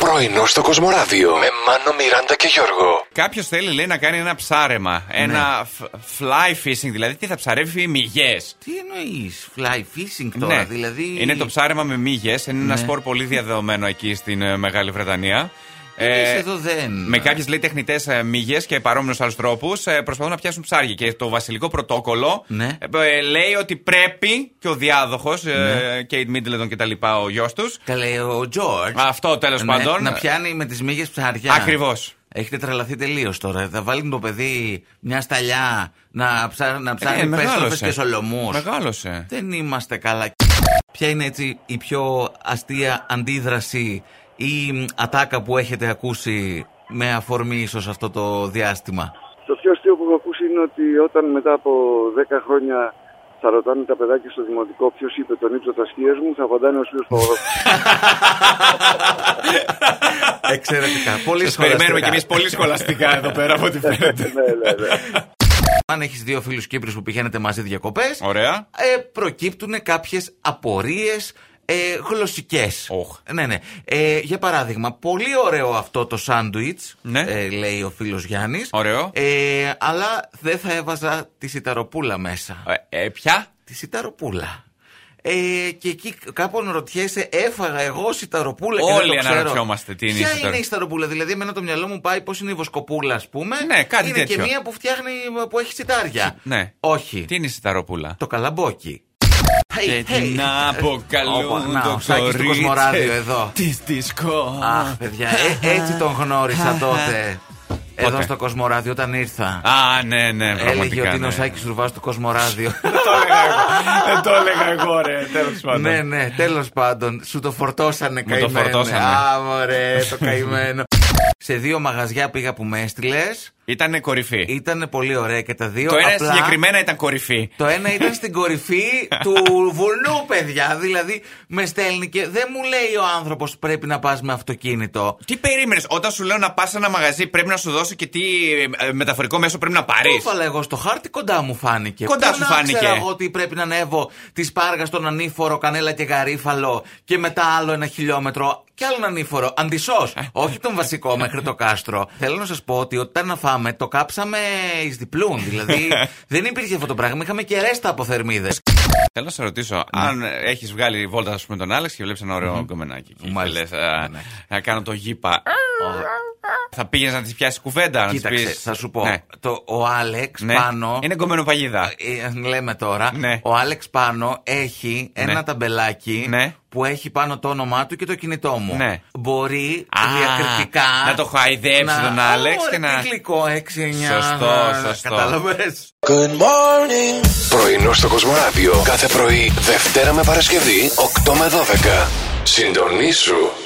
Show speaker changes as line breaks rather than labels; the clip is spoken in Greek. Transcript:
Πρωινό στο Κοσμοράδιο με Μάνο, Μιράντα και Γιώργο.
Κάποιος θέλει, λέει, να κάνει ένα ψάρεμα.
Ναι.
Ένα φ- fly fishing, δηλαδή τι θα ψαρεύει μύγε.
Τι εννοείς, fly fishing τώρα, δηλαδή.
Ναι.
Ναι.
Είναι το ψάρεμα με μύγε. Είναι ένα σπορ πολύ διαδεδομένο εκεί στην ε, Μεγάλη Βρετανία.
Εμείς
Ε,
εδώ δεν.
με κάποιε λέει τεχνητές μύγες και παρόμοιους άλλους τρόπους ε, προσπαθούν να πιάσουν ψάρια. Και το βασιλικό πρωτόκολλο
Ναι.
ε, ε, λέει ότι πρέπει και ο διάδοχος,
Ναι.
Κέιτ Μίντλετον και τα λοιπά, ο γιος τους.
Καλέ, ο George.
Αυτό τέλος
ναι,
πάντων.
Να πιάνει με τις μύγες ψάρια.
Ακριβώς.
Έχετε τρελαθεί τελείως τώρα. Θα βάλει το παιδί μια σταλιά να, ψά,
Ε,
να ψάχνει πέστροφες και σολομούς.
Μεγάλωσε.
Δεν είμαστε καλά. Ποια είναι έτσι η πιο αστεία αντίδραση ή ατάκα που έχετε ακούσει με αφορμή ίσως αυτό το διάστημα.
Το πιο αστείο που έχω ακούσει είναι ότι όταν μετά από 10 χρόνια θα ρωτάνε τα παιδάκια στο δημοτικό ποιος είπε τον ύψο τα σκίες μου, θα απαντάνε ο Σίλιο Παπαδόπουλο.
Εξαιρετικά. Πολύ
Σας περιμένουμε κι
σχολαστικά.
εμείς πολύ σχολαστικά εδώ πέρα από ό,τι φαίνεται.
ναι, ναι, ναι.
Αν έχεις δύο φίλους Κύπρους που πηγαίνετε μαζί διακοπές,
Ωραία.
ε, προκύπτουν κάποιες απορίες ε, γλωσσικές.
Οχ.
Ναι, ναι. Ε, για παράδειγμα, πολύ ωραίο αυτό το σάντουιτ,
Ναι.
ε, λέει ο φίλος Γιάννης.
Ωραίο.
Ε, αλλά δεν θα έβαζα τη σιταροπούλα μέσα.
Ε, ε, πια.
Τη σιταροπούλα. Ε, και εκεί κάπου αναρωτιέσαι, έφαγα εγώ σιταροπούλα και
Όλοι
δεν το ξέρω.
αναρωτιόμαστε τι είναι η
Ποια
σιταρο-
είναι η σιταροπούλα, δηλαδή εμένα το μυαλό μου πάει πώς είναι η βοσκοπούλα, ας πούμε.
Ναι, κάτι
είναι
τέτοιο.
και μία που φτιάχνει, που έχει σιτάρια.
Ναι.
Όχι.
Τι είναι η σιταροπούλα.
Το καλαμπόκι.
Και την
Όπα,
Ε, αποκαλούν
να,
το
ο Σάκης του
ξωρίτσε
Κοσμοράδιο εδώ.
Της δισκός.
Αχ, παιδιά, ε, έτσι τον γνώρισα τότε. Εδώ
Πότε?
στο Κοσμοράδιο όταν ήρθα.
Α, ναι, ναι,
Έλεγε
πραγματικά.
ότι είναι ο
ναι.
Σάκης Ρουβάς του Κοσμοράδιο.
Δεν το έλεγα εγώ. Δεν το έλεγα εγώ, ρε. Τέλος πάντων.
ναι, ναι, τέλος πάντων. Σου το φορτώσανε
το
καημένο.
φορτώσανε.
Α, μωρέ, το καημένο. Σε δύο μαγαζιά πήγα που με έστειλες.
Ήταν κορυφή.
Ήταν πολύ ωραία και τα δύο.
Το ένα
απλά-
συγκεκριμένα ήταν κορυφή.
Το ένα ήταν στην κορυφή του βουνού, παιδιά. Δηλαδή, με στέλνει και δεν μου λέει ο άνθρωπος πρέπει να πας με αυτοκίνητο.
Τι περίμενες, όταν σου λέω να πας σε ένα μαγαζί, πρέπει να σου δώσω και τι ε, ε, μεταφορικό μέσο πρέπει να
Το
πάρει.
έβαλα εγώ στο χάρτη, κοντά μου φάνηκε.
Κοντά
Πού
σου
να
φάνηκε.
Ξέρω εγώ ότι πρέπει να ανέβω τη σπάργα στον ανήφορο, κανέλα και γαρίφαλο και μετά άλλο ένα χιλιόμετρο και άλλον ανήφορο. Αντισώ.
Ε.
Όχι τον βασικό μέχρι το κάστρο. Θέλω να σας πω ότι όταν να φάμε, το κάψαμε εις διπλούν. Δηλαδή δεν υπήρχε αυτό το πράγμα. Είχαμε και ρέστα από θερμίδες.
Θέλω να σε ρωτήσω, αν έχεις βγάλει βόλτα ας πούμε, τον Άλεξ και βλέπεις ένα ωραίο κομμενάκι. Και
Μάλιστα.
λες, α,
Ναι.
να κάνω το γήπα. Θα πήγαινες να της πιάσεις κουβέντα, να της πει.
Κοίταξε, θα σου πω. Το, ο Άλεξ πάνω.
Ναι. Είναι κομμένο παγίδα.
ε, λέμε τώρα.
Ναι.
Ο Άλεξ πάνω έχει
Ναι.
ένα ταμπελάκι
Ναι.
που έχει πάνω το όνομά του και το κινητό μου.
Ναι.
Μπορεί
Α,
διακριτικά.
να το χαϊδέψει τον Άλεξ
Ω,
και
ρε,
να-
τι γλυκό, 6-9.
Σωστό, σωστό.
Κατάλαβες.
Πρωινό στο Κοσμοράδιο κάθε πρωί, Δευτέρα με Παρασκευή, 8 με 12. Συντονίσου.